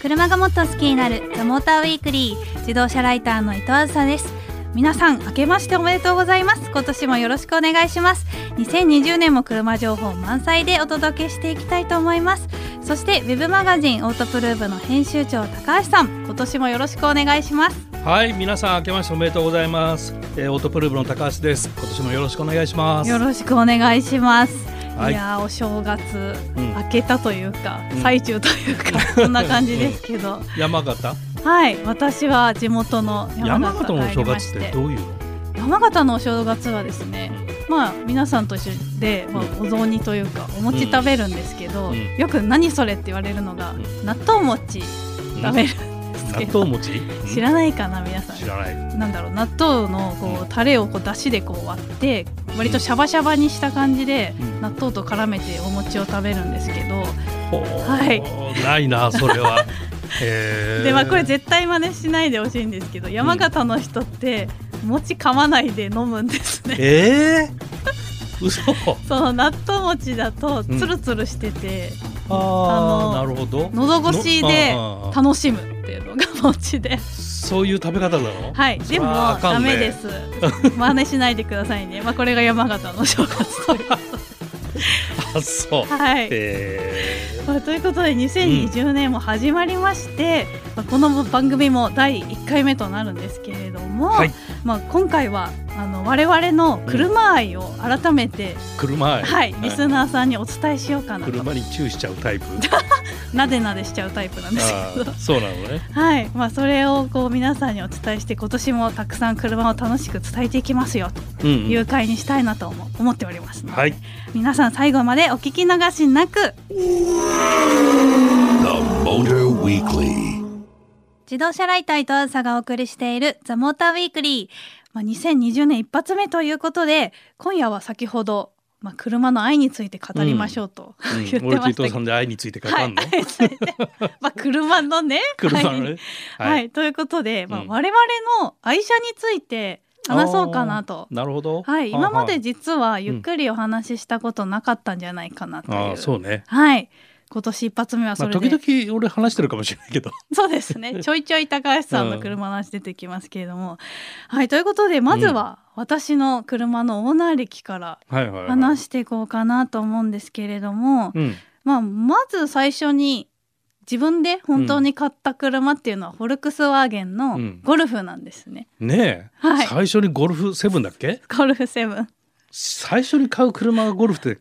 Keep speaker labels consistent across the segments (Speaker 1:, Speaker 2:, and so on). Speaker 1: 車がもっと好きになるザモーターウィークリー自動車ライターの伊藤あずさです皆さん明けましておめでとうございます今年もよろしくお願いします2020年も車情報満載でお届けしていきたいと思いますそしてウェブマガジンオートプルーブの編集長高橋さん今年もよろしくお願いします
Speaker 2: はい皆さん明けましておめでとうございます、えー、オートプルーブの高橋です今年もよろしくお願いします
Speaker 1: よろしくお願いします。、
Speaker 2: はいい
Speaker 1: やーお正月、
Speaker 2: うん
Speaker 1: 明けたというか、
Speaker 2: うん
Speaker 1: 最中という かそんな感じですけど、
Speaker 2: 山形
Speaker 1: はい私は地元の山
Speaker 2: 山
Speaker 1: 形
Speaker 2: 形のお
Speaker 1: 帰り
Speaker 2: 正
Speaker 1: ま
Speaker 2: 月
Speaker 1: し
Speaker 2: って
Speaker 1: て
Speaker 2: どういう
Speaker 1: 山形のお正月はですねまあ皆さんと一緒で、まあ、お雑煮というかお餅食べるんですけど、
Speaker 2: うん
Speaker 1: よく何それって言われるのが、
Speaker 2: うん
Speaker 1: 納豆餅
Speaker 2: の
Speaker 1: 食べるんですけ
Speaker 2: 納
Speaker 1: ど、
Speaker 2: 豆餅うん
Speaker 1: 知らないかな皆さん
Speaker 2: 知らない
Speaker 1: なんだろう納豆のこうタレをこう出汁でこう割って割とシャバシャバにした感じで
Speaker 2: うん
Speaker 1: 納豆と絡めてお餅を食べるんですけど、
Speaker 2: ほー
Speaker 1: はい
Speaker 2: ないなそれ はへー
Speaker 1: でまあこれ絶対真似しないでほしいんですけど山形の人って餅噛まないで飲むんですね。
Speaker 2: えー、嘘
Speaker 1: その納豆餅だと
Speaker 2: うん
Speaker 1: ツルツルしてて
Speaker 2: あ
Speaker 1: の
Speaker 2: あなるほど
Speaker 1: 喉越しで
Speaker 2: のあー
Speaker 1: 楽しむっていうのが餅で
Speaker 2: そういう食べ方なの
Speaker 1: はい
Speaker 2: そり
Speaker 1: で
Speaker 2: ゃ
Speaker 1: も
Speaker 2: あか
Speaker 1: ダ
Speaker 2: んね
Speaker 1: メです 真似しないでくださいねまあこれが山形の正月ということで
Speaker 2: あそう、
Speaker 1: はい
Speaker 2: え
Speaker 1: まあということで2020年も始まりまして、まあこの番組も第1回目となるんですけれども、
Speaker 2: はい
Speaker 1: まあ、今回はあの我々の車愛を改めて、
Speaker 2: ー、車へ
Speaker 1: はい、リスナーさんにお伝えしようかなと
Speaker 2: 車にチューしちゃうタイ プ
Speaker 1: なでなでしちゃうタイプなんです
Speaker 2: あ
Speaker 1: けど
Speaker 2: ー。そうなのね
Speaker 1: はいまあ、それをこう皆さんにお伝えして今年もたくさん車を楽しく伝えていきますよ
Speaker 2: うん
Speaker 1: と
Speaker 2: うん
Speaker 1: いう会にしたいなと思思っておりますので、
Speaker 2: はい
Speaker 1: 皆さん最後までお聞き逃しなく
Speaker 3: The Motor Weekly.
Speaker 1: 自動車ライター伊藤梓がお送りしている「ザ・モーター・ウィークリー」まあ、2020年一発目ということで今夜は先ほど、まあ、車の愛について語りましょうと、
Speaker 2: う
Speaker 1: 言って
Speaker 2: ん、
Speaker 1: まし
Speaker 2: 俺
Speaker 1: た
Speaker 2: と伊藤さんで愛について書
Speaker 1: は
Speaker 2: か
Speaker 1: い
Speaker 2: んの、
Speaker 1: 愛について まあ車のね
Speaker 2: 車の
Speaker 1: 愛に
Speaker 2: ね
Speaker 1: はい、ということで、まあ、
Speaker 2: うん
Speaker 1: 我々の愛車について話そうかなと。
Speaker 2: なるほど
Speaker 1: はい、今まで実は
Speaker 2: ん
Speaker 1: ゆっくりお話ししたことなかったんじゃないかなという、
Speaker 2: ああそうね
Speaker 1: はい今年一発目はそ
Speaker 2: まあ
Speaker 1: れで、
Speaker 2: 時々俺話してるかもしれないけど
Speaker 1: そうですね。ちょいちょい高橋さんの車の話出てきますけれども。はい、ということで、まずは私の車のオーナー歴から
Speaker 2: はいはい、はい、
Speaker 1: 話していこうかなと思うんですけれども、
Speaker 2: うん
Speaker 1: まあ、まず最初に自分で本当に買った車っていうのは、フォルクスワーゲンの
Speaker 2: うん
Speaker 1: ゴルフなんですね。
Speaker 2: ねえ、
Speaker 1: はい
Speaker 2: 最初にゴルフセブンだっけ
Speaker 1: ゴルフセブン。
Speaker 2: 最初に買う車がゴルフって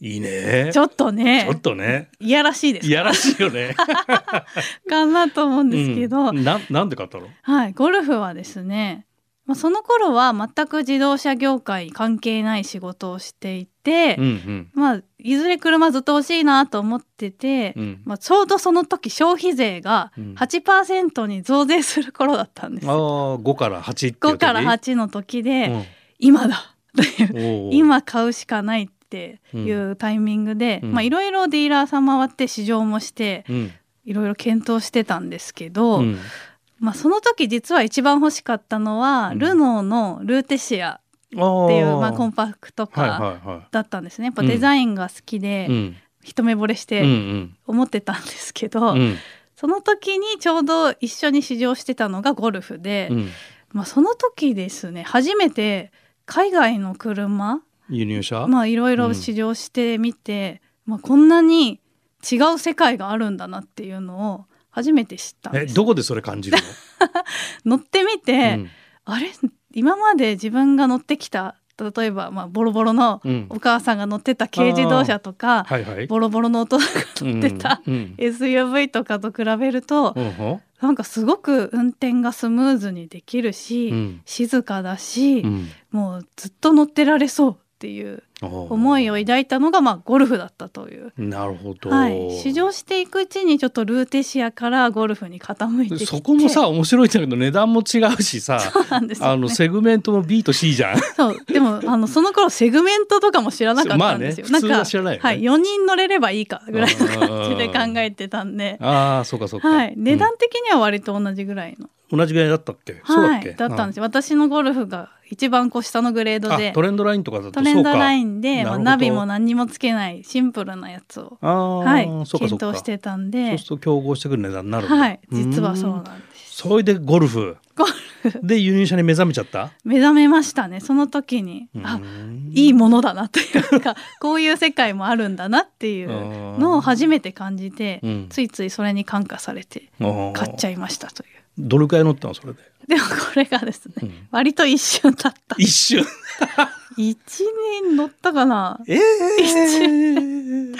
Speaker 2: いいね
Speaker 1: ちょっとね
Speaker 2: ちょっ、とね
Speaker 1: いやらしいです
Speaker 2: いやらしい よね
Speaker 1: かなと思うんですけど、
Speaker 2: うん、ななんで買ったの
Speaker 1: はい、ゴルフはですね、まあ、その頃は全く自動車業界関係ない仕事をしていて、
Speaker 2: うん
Speaker 1: まあ、いずれ車ずっと欲しいなと思ってて、
Speaker 2: うんうん
Speaker 1: まあ、ちょうどその時消費税が
Speaker 2: うん
Speaker 1: 8%に増税する頃だったんです
Speaker 2: ああ
Speaker 1: よ。
Speaker 2: 5から8っていう時
Speaker 1: 5から8の時で、
Speaker 2: うん
Speaker 1: 今だという
Speaker 2: おー
Speaker 1: 今買うしかないってい
Speaker 2: ん
Speaker 1: うタイミングで
Speaker 2: うん
Speaker 1: まあいろいろディーラーさん回って試乗もして
Speaker 2: うん
Speaker 1: いろいろ検討してたんですけど、
Speaker 2: うん
Speaker 1: まあ、その時実は一番欲しかったのは、
Speaker 2: うん
Speaker 1: ルノーのルーテシア
Speaker 2: っ
Speaker 1: っていうまあコンパクトカ
Speaker 2: はい
Speaker 1: ー
Speaker 2: はいは
Speaker 1: だったんですね。やっぱデザインが好きで、
Speaker 2: い。うん
Speaker 1: 一目惚れし
Speaker 2: う
Speaker 1: て、
Speaker 2: んうん
Speaker 1: 思ってたんですけど、
Speaker 2: うん
Speaker 1: その時にちょうど一緒に試乗してたのがゴルフで、
Speaker 2: うん
Speaker 1: まあ、その時ですね初めて海外の車
Speaker 2: 輸入車
Speaker 1: まあいろいろ試乗してみて、まあ、こんなに違う世界があるんだなっていうのを初めて知ったん
Speaker 2: え
Speaker 1: です
Speaker 2: どこでそれ感じる
Speaker 1: 乗ってみて、
Speaker 2: の
Speaker 1: あれ今まで自分が乗ってきた例えば、まあ、ボロボロの
Speaker 2: うんうん
Speaker 1: お母さんが乗ってた軽自動車とか、
Speaker 2: はいはい
Speaker 1: ボロボロのお父さんが乗ってた、
Speaker 2: うん
Speaker 1: SUV とかと比べると、
Speaker 2: うんうん
Speaker 1: なんかすごく運転がスムーズにできるし、
Speaker 2: うん
Speaker 1: 静かだし、
Speaker 2: うん
Speaker 1: もうずっと乗ってられそうっていう思いを抱いたのが、まあ、ゴルフだったという。
Speaker 2: なるほど
Speaker 1: はい、試乗していくうちにちょっとルーテシアからゴルフに傾いてきて
Speaker 2: そこもさ面白いんだけど値段も違うし さ
Speaker 1: そうなんです
Speaker 2: あ
Speaker 1: よ、
Speaker 2: の
Speaker 1: ね、
Speaker 2: セグメントも B と C じゃ ん
Speaker 1: そうでもあのその頃セグメントとかも知らなかったんですよ、
Speaker 2: まあね普通
Speaker 1: な
Speaker 2: は
Speaker 1: ん
Speaker 2: 知らないよね
Speaker 1: はい、4人乗れればいいかぐらいの感じで考えてたんで、
Speaker 2: ああそうかそうか
Speaker 1: はい、値
Speaker 2: う
Speaker 1: 段的には割と同じぐらいの
Speaker 2: ん同じぐらいだったっけそうだ
Speaker 1: は
Speaker 2: っけ
Speaker 1: い、だったんですよ。私のゴルフが一番こう下のグレード
Speaker 2: あ
Speaker 1: で
Speaker 2: トレンドラインとかだと
Speaker 1: トレンドライン
Speaker 2: そう
Speaker 1: で、
Speaker 2: か
Speaker 1: まあ、ナ
Speaker 2: なるほど
Speaker 1: ビも何にもつけないシンプルなやつを、
Speaker 2: ああ、
Speaker 1: はい、
Speaker 2: そうか
Speaker 1: 検
Speaker 2: そうか
Speaker 1: 討してたんで
Speaker 2: そうすると競合してくる値段になるんだ
Speaker 1: はい、実はそう
Speaker 2: う
Speaker 1: なん
Speaker 2: ん
Speaker 1: です。
Speaker 2: それでゴル フ
Speaker 1: ゴルフ
Speaker 2: で輸入車に目覚めちゃった
Speaker 1: 目覚めましたねその時に、あいいものだなという かこういう世界もあるんだなっていうのを初めて感じて、
Speaker 2: うん
Speaker 1: ついついそれに感化されて買っち
Speaker 2: ゃ
Speaker 1: ゃいましたとい
Speaker 2: どれくらい乗ったのそれで
Speaker 1: うでもこれがですね、
Speaker 2: うん
Speaker 1: 割と一瞬だった
Speaker 2: 一 瞬
Speaker 1: 1年乗ったかな
Speaker 2: ええ
Speaker 1: い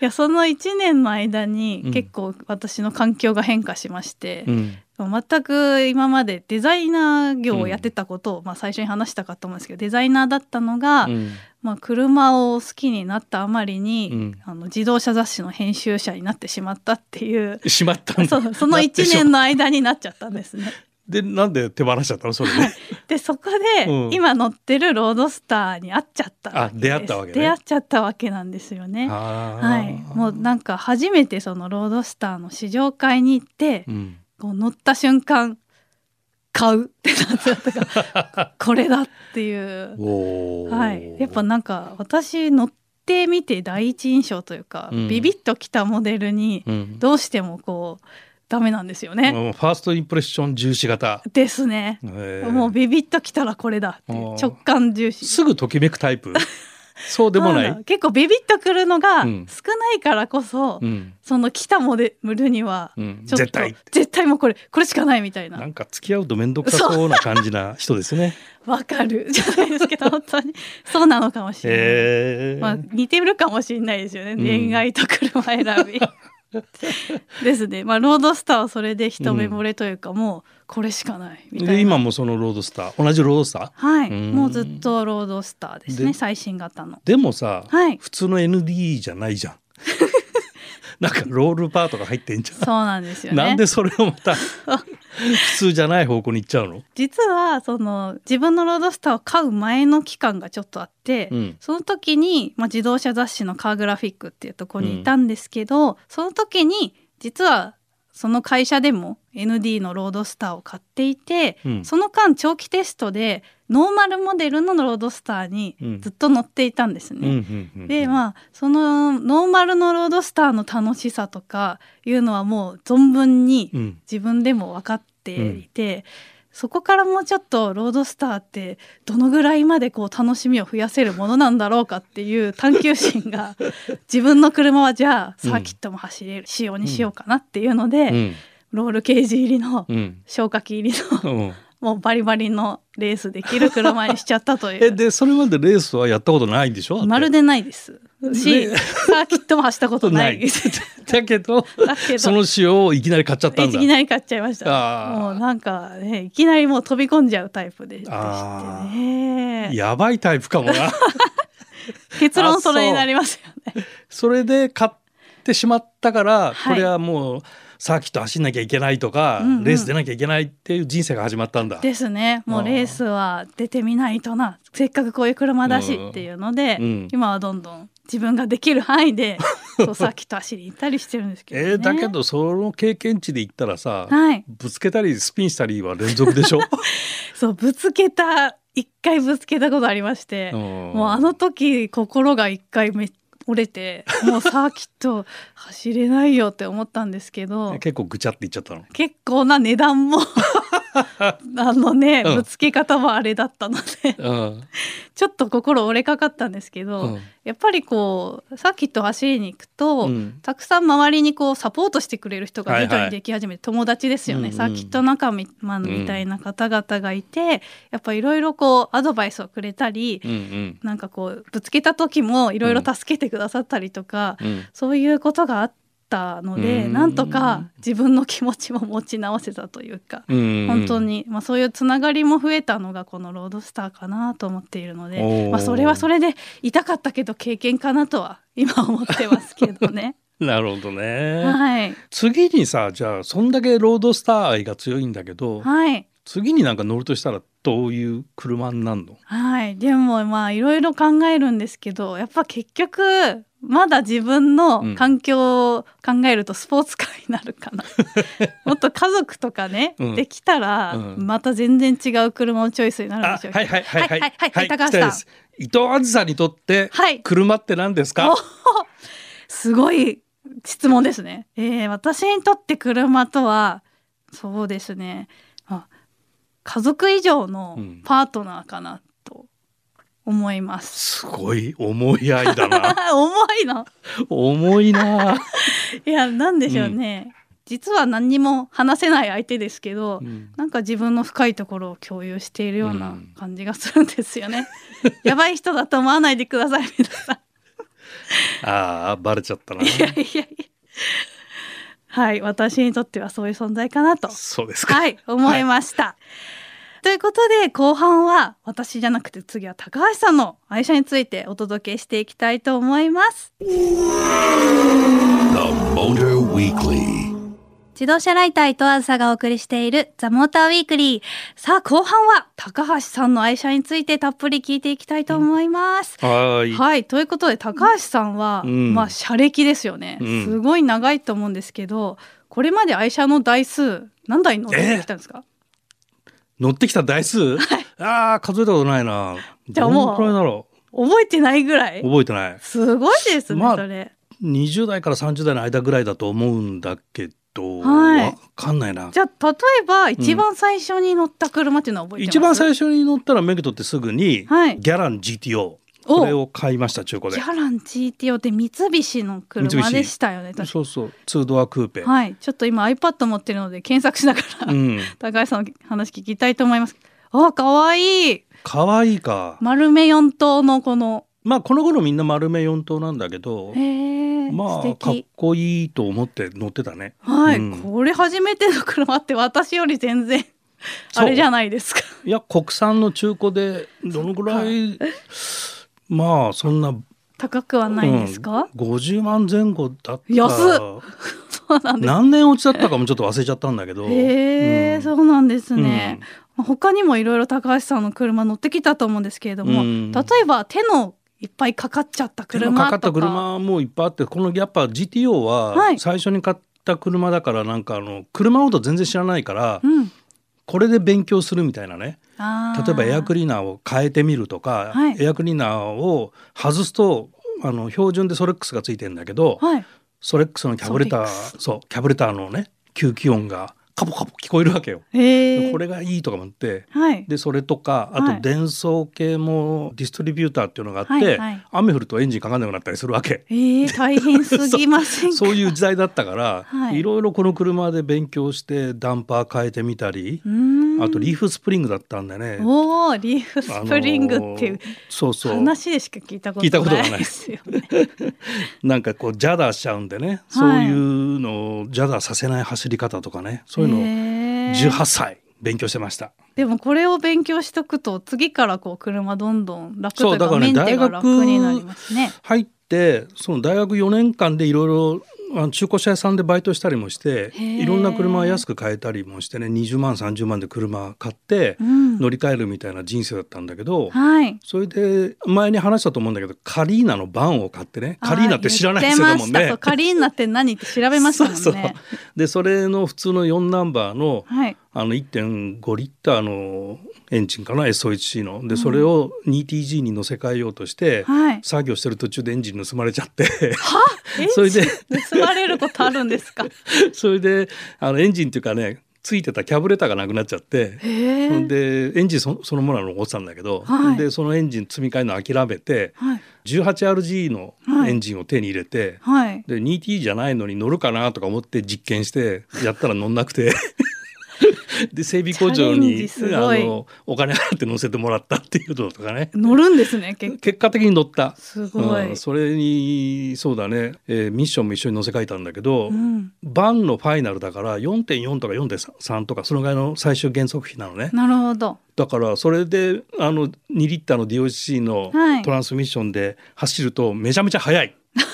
Speaker 1: やその1年の間
Speaker 2: う
Speaker 1: に
Speaker 2: ん
Speaker 1: 結構私の環境が変化しまして
Speaker 2: う、ん
Speaker 1: 全く今までデザイナー業をやってたことを、まあ、最初に話したかと思うんですけどデザイナーだったのが、
Speaker 2: うん
Speaker 1: まあ、車を好きになったあまりに、
Speaker 2: うん
Speaker 1: あの自動車雑誌の編集者になってしまったっていう
Speaker 2: しまったんだ
Speaker 1: そうその1年の間になっちゃったんですね。
Speaker 2: でなんで手放しちゃったのそれで、
Speaker 1: でそこで、
Speaker 2: うん
Speaker 1: 今乗ってるロードスターに会っちゃったわけです
Speaker 2: あ出会ったわけね
Speaker 1: 出会っちゃったわけなんですよね。
Speaker 2: あー
Speaker 1: はい、もうなんか初めてそのロードスターの試乗会に行って、
Speaker 2: うん
Speaker 1: こう乗った瞬間買うってなってたから これだっていう、
Speaker 2: おー
Speaker 1: はい、やっぱなんか私乗ってみて第一印象というか、
Speaker 2: うん
Speaker 1: ビビッときたモデルに
Speaker 2: うん
Speaker 1: どうしてもこうダメなんですよね。
Speaker 2: もうファーストインプレッション重視型、
Speaker 1: ですね。
Speaker 2: えー
Speaker 1: もうビビッときたらこれだっていう
Speaker 2: あー
Speaker 1: 直感重視
Speaker 2: すぐときめくタイプ そうでもな
Speaker 1: そ
Speaker 2: いう
Speaker 1: だ結構ビビッとくるのが
Speaker 2: うん
Speaker 1: 少ないからこそ、
Speaker 2: うん
Speaker 1: その来たモデルには
Speaker 2: うん、
Speaker 1: ちょっと
Speaker 2: 絶対
Speaker 1: 絶対もうこれこれしかないみたい
Speaker 2: な
Speaker 1: なん
Speaker 2: か付き合うと面倒くさそうな感じな人ですね。
Speaker 1: わかるじゃないですけど本当に そうなのかもし れない、
Speaker 2: へえ
Speaker 1: まあ、似てるかもしれないですよね、
Speaker 2: ん
Speaker 1: 恋愛と車選 びですねまあロードスターはそれで一目惚れというか、もうこれしかないみたいな
Speaker 2: で今もそのロードスター同じロードスター
Speaker 1: はい
Speaker 2: うん
Speaker 1: もうずっとロードスターですね
Speaker 2: で
Speaker 1: 最新型の
Speaker 2: でもさ、
Speaker 1: はい
Speaker 2: 普通の ND じゃな いじゃん。なんかロールパートが入ってんじゃん。
Speaker 1: そうなんですよね
Speaker 2: なんでそれをま た普通じゃない方向に行っちゃうの、
Speaker 1: 実はその自分のロードスターを買う前の期間がちょっとあって、
Speaker 2: うん
Speaker 1: その時に、まあ、自動車雑誌のカーグラフィックっていうところにいたんですけど、その時に実はその会社でも ND のロードスターを買っていて、
Speaker 2: うん
Speaker 1: その間長期テストでノーマルモデルのロードスターにずっと乗っていたんですね。
Speaker 2: うんうんうんうん、
Speaker 1: でまあそのノーマルのロードスターの楽しさとかいうのはもう存分に
Speaker 2: うん
Speaker 1: 自分でも分かっていて、そこからもうちょっとロードスターってどのぐらいまでこう楽しみを増やせるものなんだろうかっていう探求心 が自分の車はじゃあサーキットも走れる仕様にしようかなっていうので、
Speaker 2: うん
Speaker 1: ロールケージ入りの
Speaker 2: うん
Speaker 1: 消火器入りの
Speaker 2: うん、
Speaker 1: もうバリバリのレースできる車にしちゃったとい
Speaker 2: え
Speaker 1: う。
Speaker 2: でそれまでレースはやったことないんでしょだっ て
Speaker 1: まる でないですし、
Speaker 2: ね
Speaker 1: サーキットも走ったことない です
Speaker 2: だ けど
Speaker 1: だけど
Speaker 2: その塩をいきなり買っちゃったん
Speaker 1: え
Speaker 2: だ
Speaker 1: いきなり買っちゃいました
Speaker 2: あー
Speaker 1: もうなんかねいきなりもう飛び込んじゃうタイプででした
Speaker 2: あ
Speaker 1: ね
Speaker 2: やばいタイプかもな
Speaker 1: 結
Speaker 2: あ
Speaker 1: 論
Speaker 2: そ
Speaker 1: そ
Speaker 2: う
Speaker 1: れになりますよね
Speaker 2: それで買ってしまったから、
Speaker 1: はい
Speaker 2: これはもうサーキット走んなきゃいけないとか、
Speaker 1: うんうん
Speaker 2: レース出なきゃいけないっていう人生が始まったんだ
Speaker 1: ですねもうレースは出てみないとなせっかくこういう車だしっていうので、
Speaker 2: うん
Speaker 1: 今はどんどん自分ができる範囲 でそうさっきと走り行ったりしてるんですけど、ね、
Speaker 2: えーだけどその経験値で言ったらさ、
Speaker 1: はい
Speaker 2: ぶつけたりスピンしたりは連続でし ょ、
Speaker 1: そうぶつけた一回ぶつけたことありまして、も
Speaker 2: も
Speaker 1: うあの時心が一回め折れ てもうサーキット走れないよって思ったんですけど
Speaker 2: 結構ぐちゃって言っちゃったの
Speaker 1: 結構な値段 もあのね
Speaker 2: うん
Speaker 1: ぶつけ方もあれだったので
Speaker 2: うん
Speaker 1: ちょっと心折れかかったんですけど、
Speaker 2: うん
Speaker 1: やっぱりこうサーキット走りに行くと、
Speaker 2: うん
Speaker 1: たくさん周りにこうサポートしてくれる人が徐
Speaker 2: はい
Speaker 1: 々
Speaker 2: は
Speaker 1: に
Speaker 2: い
Speaker 1: でき始めて、友達ですよね、
Speaker 2: うんうん
Speaker 1: サーキット仲間みたいな方々がいて、やっぱいろいろこうアドバイスをくれたり、
Speaker 2: うんうん
Speaker 1: なんかこうぶつけた時もいろいろ助けてくださったりとか、
Speaker 2: うん
Speaker 1: そういうことがあったので、
Speaker 2: うん
Speaker 1: なんとか自分の気持ちも持ち直せたというか、
Speaker 2: うん
Speaker 1: 本当に、まあ、そういうつながりも増えたのがこのロードスターかなと思っているので
Speaker 2: お、ー
Speaker 1: まあ、それはそれで痛かったけど経験かなとは今思ってますけど ね。
Speaker 2: なるほどね、
Speaker 1: はい、
Speaker 2: 次にさじゃあそんだけロードスター愛が強いんだけど、
Speaker 1: はい
Speaker 2: 次になんか乗るとしたらどういう車になるの
Speaker 1: はいでもまあいろいろ考えるんですけどやっぱ結局まだ自分の環境を考えるとスポーツカーになるか な、もっと家族とかね、
Speaker 2: うん
Speaker 1: できたら
Speaker 2: うん
Speaker 1: また全然違う車をチョイスになるん
Speaker 2: あ
Speaker 1: でしょうけ
Speaker 2: は
Speaker 1: ど
Speaker 2: いはいはいはい
Speaker 1: はいはいはい高橋さん
Speaker 2: 聞きたいです伊藤あずさにとって
Speaker 1: はい
Speaker 2: 車って何ですか、
Speaker 1: おすごい質問ですね。えー私にとって車とはそうですね、まあ、家族以上の
Speaker 2: うん
Speaker 1: パートナーかなと思います。
Speaker 2: すごい思い合いだな
Speaker 1: 重いの
Speaker 2: 重いない
Speaker 1: やなんでしょうね、実は何にも話せない相手ですけど、
Speaker 2: うん
Speaker 1: なんか自分の深いところを共有しているよう
Speaker 2: う
Speaker 1: なん感じがするんですよ ね。やばい人だと思わないでください皆さん。
Speaker 2: ああバレちゃったない
Speaker 1: やいやいや。はい、私にとってはそういう存在かなと。
Speaker 2: そうですか、
Speaker 1: はい、思いました。ということで後半は私じゃなくて次は高橋さんの愛車についてお届けしていきたいと思います。
Speaker 3: The Motor Weekly.
Speaker 1: 自動車ライター伊藤あずさがお送りしているザ・モーターウィークリー。さあ後半は高橋さんの愛車についてたっぷり聞いていきたいと思います。
Speaker 2: はーい
Speaker 1: はいということで高橋さんは、
Speaker 2: うん
Speaker 1: まあ車歴ですよね、
Speaker 2: うん
Speaker 1: すごい長いと思うんですけどこれまで愛車の台数何台乗ってきたんですか、
Speaker 2: 乗ってきた台数、ああ数えたことないな
Speaker 1: じゃあもう
Speaker 2: どのくらいだろ
Speaker 1: 覚えてないぐら
Speaker 2: う
Speaker 1: い
Speaker 2: 覚えてない
Speaker 1: すごいですね、
Speaker 2: まあ
Speaker 1: それ
Speaker 2: 20代から30代の間ぐらいだと思うんだけ
Speaker 1: は
Speaker 2: ど、
Speaker 1: い
Speaker 2: わかんないな
Speaker 1: じゃあ例えば一番最初に乗った車っていうのは覚えて
Speaker 2: 一
Speaker 1: ま
Speaker 2: 番
Speaker 1: す、
Speaker 2: 最初に乗ったら免許取ってすぐに、
Speaker 1: はい
Speaker 2: ギャラン GTO
Speaker 1: お
Speaker 2: これを買いました中古
Speaker 1: ギ
Speaker 2: で
Speaker 1: ャラン GTO って三菱の
Speaker 2: 三
Speaker 1: 車
Speaker 2: 菱
Speaker 1: でしたよね確か
Speaker 2: そうそう2ドアクーペ、
Speaker 1: はいちょっと今 iPad 持ってるので検索しながら、
Speaker 2: うん
Speaker 1: 高橋さんの話聞きたいと思いますあ可愛い
Speaker 2: 可愛いか
Speaker 1: 丸目四灯のこの
Speaker 2: まあこの頃みんな丸目四頭なんだけど
Speaker 1: へえ、素
Speaker 2: まあかっ
Speaker 1: 敵
Speaker 2: こいいと思って乗ってたね
Speaker 1: はい、
Speaker 2: うん
Speaker 1: これ初めての車って私より全然
Speaker 2: そう
Speaker 1: あれじゃないですか。
Speaker 2: いや国産の中古でどのぐらいまあそんな、
Speaker 1: 高くはないんですか？
Speaker 2: うん50万前後だった
Speaker 1: 安っそうなんで
Speaker 2: 何年落ちだったかもちょっと忘れちゃったんだけど
Speaker 1: す。へえ、
Speaker 2: うん
Speaker 1: そうなんですね。まあ他にもいろいろ高橋さんの車乗ってきたと思うんですけれども、
Speaker 2: うん
Speaker 1: 例えば手のいっぱいかかっちゃった
Speaker 2: でも
Speaker 1: 車とか。
Speaker 2: かかった車もいっぱいあってこのやっぱ GTO
Speaker 1: は
Speaker 2: はい最初に買った車だからなんかあの車のこと全然知らないから
Speaker 1: うん。
Speaker 2: これで勉強するみたいなね
Speaker 1: あー
Speaker 2: 例えばエアクリーナーを変えてみるとか、
Speaker 1: はい
Speaker 2: エアクリーナーを外すとあの標準でソレックスがついてんだけど、
Speaker 1: はい。
Speaker 2: ソレックスのキャブレタ
Speaker 1: ソレッ
Speaker 2: ーそうキャブレターのね吸気音がカポカポ聞こえるわけよ。
Speaker 1: へえ。
Speaker 2: これがいいとか思って
Speaker 1: はい。
Speaker 2: でそれとか
Speaker 1: は
Speaker 2: あ
Speaker 1: い
Speaker 2: と伝送系もディストリビューターっていうのがあって、
Speaker 1: はいはい
Speaker 2: 雨降るとエンジンかかんなくなったりするわけ。
Speaker 1: ええ、大変すぎません か？
Speaker 2: そういう時代だったから、
Speaker 1: はい
Speaker 2: い、ろいろこの車で勉強してダンパー変えてみたり、
Speaker 1: うーん。
Speaker 2: あとリーフスプリングだったんだよね。
Speaker 1: おお、リーフスプリングっていう
Speaker 2: あのーそうそう
Speaker 1: 話でしか聞いたこ
Speaker 2: 聞いた
Speaker 1: と
Speaker 2: こと
Speaker 1: な
Speaker 2: が
Speaker 1: い
Speaker 2: ない
Speaker 1: ですよね。
Speaker 2: なんかこうジャダーしちゃうんでね、そういうのをジャダーさせない走り方とかねそういうのを
Speaker 1: へー
Speaker 2: 18歳勉強してました。
Speaker 1: でもこれを勉強しとくと次からこう車どんどん楽と
Speaker 2: そ
Speaker 1: いう
Speaker 2: うだ
Speaker 1: か
Speaker 2: から
Speaker 1: メ
Speaker 2: ね
Speaker 1: ンテ
Speaker 2: 大
Speaker 1: が
Speaker 2: 学
Speaker 1: 楽になりますね。
Speaker 2: 入ってその大学4年間でいろいろあの中古車屋さんでバイトしたりもし
Speaker 1: へ
Speaker 2: て
Speaker 1: ー
Speaker 2: いろんな車を安く買えたりもしてね20万30万で車買って
Speaker 1: うん
Speaker 2: 乗り換えるみたいな人生だったんだけど、
Speaker 1: はい。
Speaker 2: それで前に話したと思うんだけどカリーナのバンを買ってねカリーナって知らないですよ
Speaker 1: あー
Speaker 2: だ
Speaker 1: 言
Speaker 2: も
Speaker 1: っ
Speaker 2: ん
Speaker 1: てました
Speaker 2: ね
Speaker 1: そう。カリーナって何って調べましたもんね。
Speaker 2: そうそうでそれの普通の4ナンバーの
Speaker 1: はい。
Speaker 2: あの1.5リッターのエンジンかな SO1C のでそれを 2TG に乗せ替えようとして、
Speaker 1: はい。
Speaker 2: 作業してる途中でエンジン盗まれちゃって
Speaker 1: え
Speaker 2: それで
Speaker 1: 盗まれることあるんですか。
Speaker 2: それであのエンジンっていうかねついてたキャブレターがなくなっちゃって
Speaker 1: へえ。
Speaker 2: でエンジンそそのものは残ってたんだけど、
Speaker 1: はい
Speaker 2: でそのエンジン積み替えるの諦めて
Speaker 1: はい。
Speaker 2: 18RG のエンジンを手に入れて、
Speaker 1: はい。
Speaker 2: で 2T じゃないのに乗るかなとか思って実験してやったら乗んなくて で整備工場
Speaker 1: チャレンジ
Speaker 2: に
Speaker 1: すごい
Speaker 2: お金払って乗せてもらったっていうのとかね
Speaker 1: 乗るんです ね。結構
Speaker 2: 結果的に乗った。
Speaker 1: すごい。
Speaker 2: うんそれにそうだね、えーミッションも一緒に乗せ替えたんだけど、
Speaker 1: うん。
Speaker 2: バンのファイナルだから4.4とか4.3とかそのぐらいの最終減速比なのね
Speaker 1: なるほど。
Speaker 2: だからそれであの2リッターの DOC の
Speaker 1: はい
Speaker 2: トランスミッションで走るとめちゃめちゃ速い、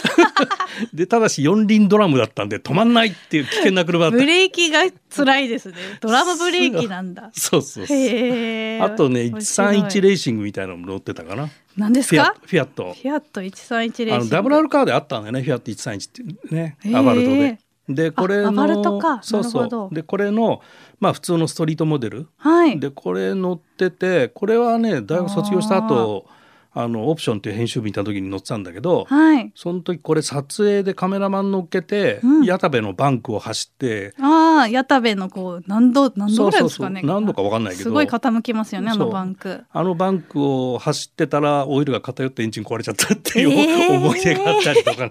Speaker 2: でただし四輪ドラムだったんで止まんないっていう危険な車だっ
Speaker 1: ブ
Speaker 2: た
Speaker 1: レーキが辛いですね。ドラムブレーキなんだ。
Speaker 2: そうそうそう
Speaker 1: へえ。
Speaker 2: あとね
Speaker 1: 面白い
Speaker 2: 131レーシングみたいなのも乗ってたかな
Speaker 1: 何です
Speaker 2: フィア
Speaker 1: か？
Speaker 2: フィアット
Speaker 1: フィアット131レーシン
Speaker 2: あの
Speaker 1: グ。
Speaker 2: ダブルアルカーであったんだよねフィアット131ってね
Speaker 1: へー
Speaker 2: アバルトで。でこれの
Speaker 1: アバルトか
Speaker 2: そう
Speaker 1: なるほ
Speaker 2: そ
Speaker 1: ど
Speaker 2: うでこれのまあ普通のストリートモデル
Speaker 1: はい。
Speaker 2: でこれ乗っててこれはね大学卒業した後あのオプションっていう編集部にいた時に乗ってたんだけど、
Speaker 1: はい。
Speaker 2: その時これ撮影でカメラマン乗っけて、
Speaker 1: うん
Speaker 2: 矢田部のバンクを走って
Speaker 1: ああ、矢田部のこう何度何度ぐらいですかね。
Speaker 2: そうそうそう何度か分かんないけど
Speaker 1: すごい傾きますよねあの
Speaker 2: そう
Speaker 1: バンク。
Speaker 2: あのバンクを走ってたらオイルが偏ってエンジン壊れちゃったっていう、
Speaker 1: えー
Speaker 2: 思い出があったりとか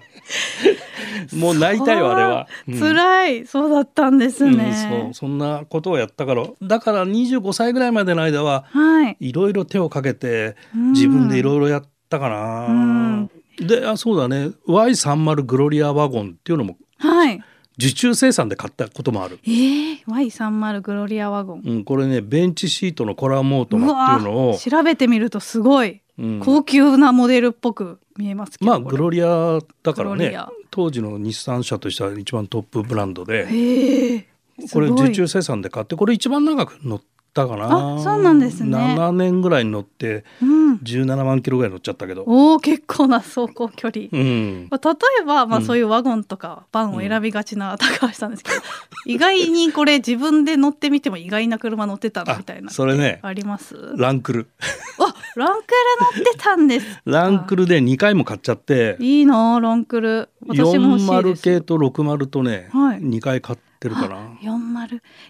Speaker 2: ね、もう泣いたよあれは。うん
Speaker 1: 辛い、そうだったんです
Speaker 2: うんそう
Speaker 1: ね。
Speaker 2: そんなことをやったからだから25歳ぐらいまでの間は
Speaker 1: はい。
Speaker 2: いろいろ手をかけて
Speaker 1: うん
Speaker 2: 自分でいろいろやったかな。
Speaker 1: うん
Speaker 2: であそうだね Y30 グロリアワゴンっていうのも
Speaker 1: はい。
Speaker 2: 受注生産で買ったこともある。
Speaker 1: ええ、Y30 グロリアワゴン。
Speaker 2: うん、これねベンチシートのコラムオート
Speaker 1: う
Speaker 2: マ
Speaker 1: わ
Speaker 2: っていうのを、
Speaker 1: 調べてみるとすごい
Speaker 2: うん
Speaker 1: 高級なモデルっぽく見えますけど。
Speaker 2: まあグロリアだから
Speaker 1: グロリ
Speaker 2: ね
Speaker 1: ア
Speaker 2: 当時の日産車としては一番トップブランドで
Speaker 1: へえ。す
Speaker 2: こ
Speaker 1: ごい
Speaker 2: れ受注生産で買ってこれ一番長く乗ったかな
Speaker 1: あそうなんですね
Speaker 2: 7年ぐらい乗って
Speaker 1: うん。
Speaker 2: 17万キロぐらい乗っちゃったけど、
Speaker 1: おお、結構な走行距離。
Speaker 2: うん、
Speaker 1: まあ例えば、まあ、
Speaker 2: うん
Speaker 1: そういうワゴンとかバンを選びがちな高橋さんです けど、意外にこれ自分で乗ってみても意外な車乗ってたな
Speaker 2: あ
Speaker 1: みたいな
Speaker 2: それね
Speaker 1: あります
Speaker 2: ランクル
Speaker 1: あランクル乗ってたんですか
Speaker 2: ランクルで2回も買っちゃって
Speaker 1: いいなあランクル私も欲しいで
Speaker 2: 40
Speaker 1: す
Speaker 2: 系と60とね、
Speaker 1: はい
Speaker 2: 2回買ってるかな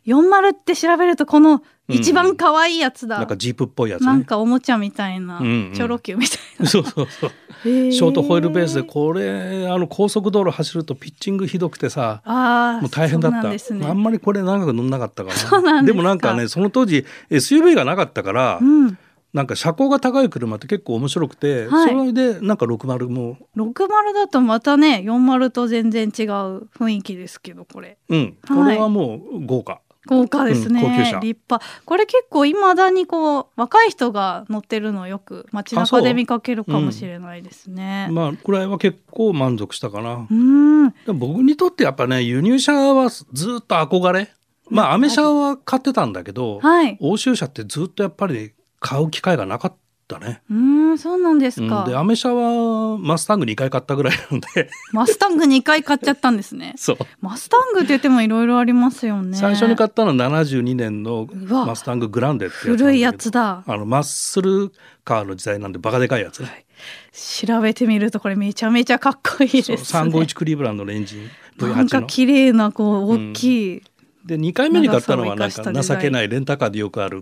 Speaker 1: 4040って調べるとこの一番可愛いやつだ、
Speaker 2: なんかジープっぽいやつ
Speaker 1: なん
Speaker 2: ね
Speaker 1: かおもちゃみたいな、
Speaker 2: うんうん
Speaker 1: チョロ Q みたい
Speaker 2: そうそうそ
Speaker 1: な
Speaker 2: う
Speaker 1: へえ
Speaker 2: ショートホイールベースでこれあの高速道路走るとピッチングひどくてさ
Speaker 1: あー
Speaker 2: もう大変だっ
Speaker 1: そうな
Speaker 2: た
Speaker 1: んですね
Speaker 2: あんまりこれ長く乗んなかったから
Speaker 1: うなんですか
Speaker 2: もなんかねその当時 SUV がなかったから、
Speaker 1: うん
Speaker 2: なんか車高が高い車って結構面白くて、
Speaker 1: はい
Speaker 2: それでなんか60も
Speaker 1: 60だとまたね40と全然違う雰囲気ですけどこれ
Speaker 2: うん
Speaker 1: はい
Speaker 2: これはもう豪華、
Speaker 1: 豪華ですね、
Speaker 2: うん高級車
Speaker 1: 立派これ結構いまだにこう若い人が乗ってるのをよく街
Speaker 2: あそ
Speaker 1: 中
Speaker 2: う
Speaker 1: で見かけるかもしれないですね。
Speaker 2: まあくらいは結構満足したかな
Speaker 1: う、ん、
Speaker 2: でも僕にとってやっぱね輸入車はずっと憧れまあアメ車は買ってたんだけど、
Speaker 1: はい
Speaker 2: 欧州車ってずっとやっぱり買う機会がなかったね
Speaker 1: うんそうなんです
Speaker 2: うん、で
Speaker 1: か、
Speaker 2: アメ車はマスタング2回買ったぐらいな んで
Speaker 1: マスタング2回買っちゃったんですね
Speaker 2: そう、
Speaker 1: マスタングって言ってもいろいろありますよね
Speaker 2: 最初に買ったのは72年の
Speaker 1: うわ
Speaker 2: マスタンググランデってやつなんだけど
Speaker 1: 古いやつだ
Speaker 2: あのマッスルカーの時代なんでバカでかい やつね
Speaker 1: 調べてみるとこれめちゃめちゃかっこいいですね
Speaker 2: そう351クリーブランドのエンジン
Speaker 1: なん
Speaker 2: V8
Speaker 1: か
Speaker 2: の
Speaker 1: 綺麗なこう大きい、
Speaker 2: で2回目に買ったのはな
Speaker 1: 長
Speaker 2: ん
Speaker 1: さを生か
Speaker 2: か
Speaker 1: したデザイン
Speaker 2: 情けないレンタカーでよくある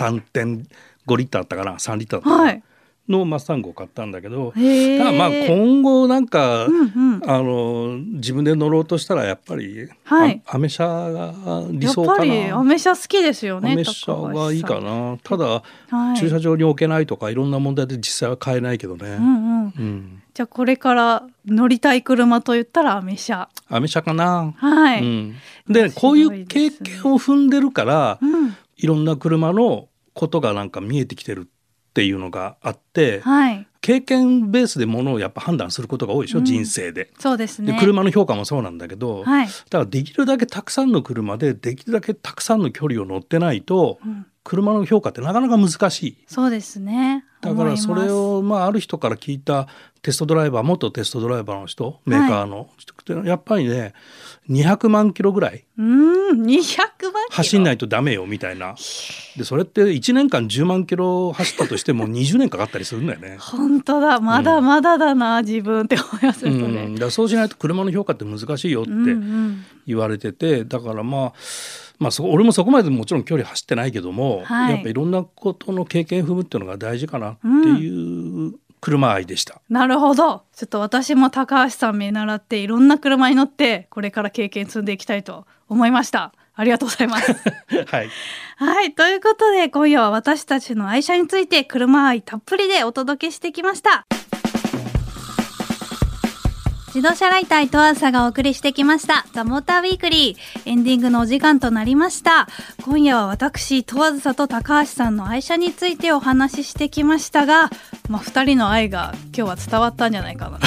Speaker 2: V63.5 リッターだったかな3リッターだったかな
Speaker 1: はい
Speaker 2: のマスタングを買ったんだけど、
Speaker 1: へえ
Speaker 2: ただまあ今後なんか、
Speaker 1: うんうん
Speaker 2: あの自分で乗ろうとしたらやっぱり、
Speaker 1: はい
Speaker 2: あアメ車が理
Speaker 1: やっ
Speaker 2: 想か
Speaker 1: ぱ
Speaker 2: な
Speaker 1: りアメ車好きですよね。
Speaker 2: アメ車がいいかなただ、
Speaker 1: なはい、
Speaker 2: 駐車場に置けないとかいろんな問題で実際は買えないけどね、
Speaker 1: うんうん。
Speaker 2: うん
Speaker 1: じゃあこれから乗りたい車と言ったらアメ車。
Speaker 2: アメ車かな、
Speaker 1: はい。
Speaker 2: うん、
Speaker 1: 面白いで
Speaker 2: です
Speaker 1: ね
Speaker 2: こういう経験を踏んでるから
Speaker 1: うん
Speaker 2: いろんな車のことがなんか見えてきてるっていうのがあって、
Speaker 1: はい。
Speaker 2: 経験ベースでものをやっぱ判断することが多いでしょ、
Speaker 1: うん
Speaker 2: 人生で。
Speaker 1: そうです
Speaker 2: で
Speaker 1: ね。
Speaker 2: 車の評価もそうなんだけど、
Speaker 1: はい。
Speaker 2: だからできるだけたくさんの車でできるだけたくさんの距離を乗ってないと
Speaker 1: うん
Speaker 2: 車の評価ってなかなか難しい。
Speaker 1: そうですね。
Speaker 2: だからそれ
Speaker 1: 思い
Speaker 2: をまあある人から聞いたテストドライバー元テストドライバーの人メーカーの人ってやっぱりね200万キロぐらい
Speaker 1: ます。うん、200万キロ。。
Speaker 2: 走んないいとダメよみたいなでそれって1年間10万キロ走ったとしても20年かかったりするんだ よね。
Speaker 1: 本当だ。まだまだだな、自分って思います
Speaker 2: う
Speaker 1: ね。
Speaker 2: ん、だからそうしないと車の評価って難しいよって
Speaker 1: うんうん
Speaker 2: 言われててだからまあ、まあ、そこ俺もそこまでもちろん距離走ってないけども、
Speaker 1: はい
Speaker 2: やっぱいろんなことの経験踏むっていうのが大事かなって
Speaker 1: うん
Speaker 2: いう車愛でした。
Speaker 1: なるほどちょっと私も高橋さん見習っていろんな車に乗ってこれから経験積んでいきたいと思いましたありがとうございます
Speaker 2: はい、
Speaker 1: はいということで今夜は私たちの愛車について車愛たっぷりでお届けしてきました自動車ライター伊藤朝がお送りしてきました「ザ・モーターウィークリーエンディングのお時間となりました今夜は私伊藤朝と高橋さんの愛車についてお話ししてきましたが、まあ、2人の愛が今日は伝わったんじゃないかな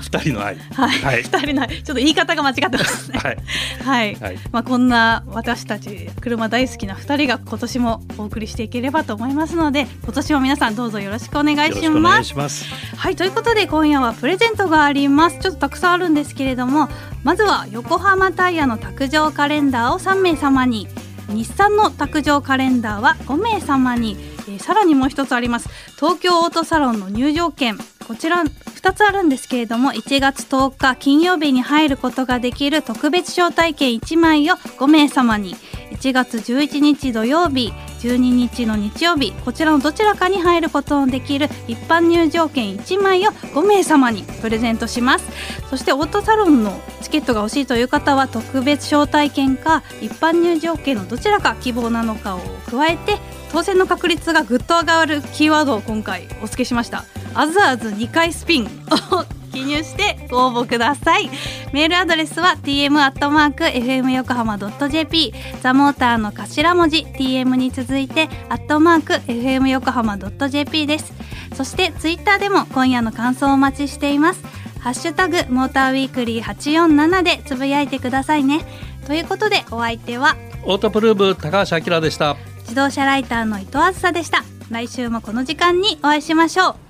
Speaker 2: 二人の愛。
Speaker 1: は、
Speaker 2: はいい
Speaker 1: 二人のちょっと言い方が間違ってますね。
Speaker 2: はい。
Speaker 1: はい、
Speaker 2: はい
Speaker 1: まあ、こんな私たち車大好きな二人が今年もお送りしていければと思いますので、今年も皆さんどうぞよろしくお願い
Speaker 2: よろ
Speaker 1: し
Speaker 2: しくお願
Speaker 1: ま
Speaker 2: い
Speaker 1: す。
Speaker 2: します。
Speaker 1: はい、ということで今夜はプレゼントがあります。ちょっとたくさんあるんですけれども、まずは横浜タイヤの卓上カレンダーを3名様に、日産の卓上カレンダーは5名様に、えーさらにもう一つあります。東京オートサロンの入場券、こちら2つあるんですけれども、1月10日金曜日に入ることができる特別招待券1枚を5名様に、1月11日土曜日12日の日曜日こちらのどちらかに入ることのできる一般入場券1枚を5名様にプレゼントしますそしてオートサロンのチケットが欲しいという方は特別招待券か一般入場券のどちらか希望なのかを加えて当選の確率がぐっと上がるキーワードを今回お付けしました「あずあず2回スピン」を記入してご応募くださいメールアドレスは tm.fm 横浜 .jp ザモーターの頭文字 tm に続いて fm 横浜 .jp ですそしてツイッターでも今夜の感想をお待ちしていますハッシュタグモーターウィークリー847でつぶやいてくださいねということでお相手は
Speaker 2: オートプルーブ高橋明でした。
Speaker 1: 自動車ライターの伊藤あずさでした来週もこの時間にお会いしましょう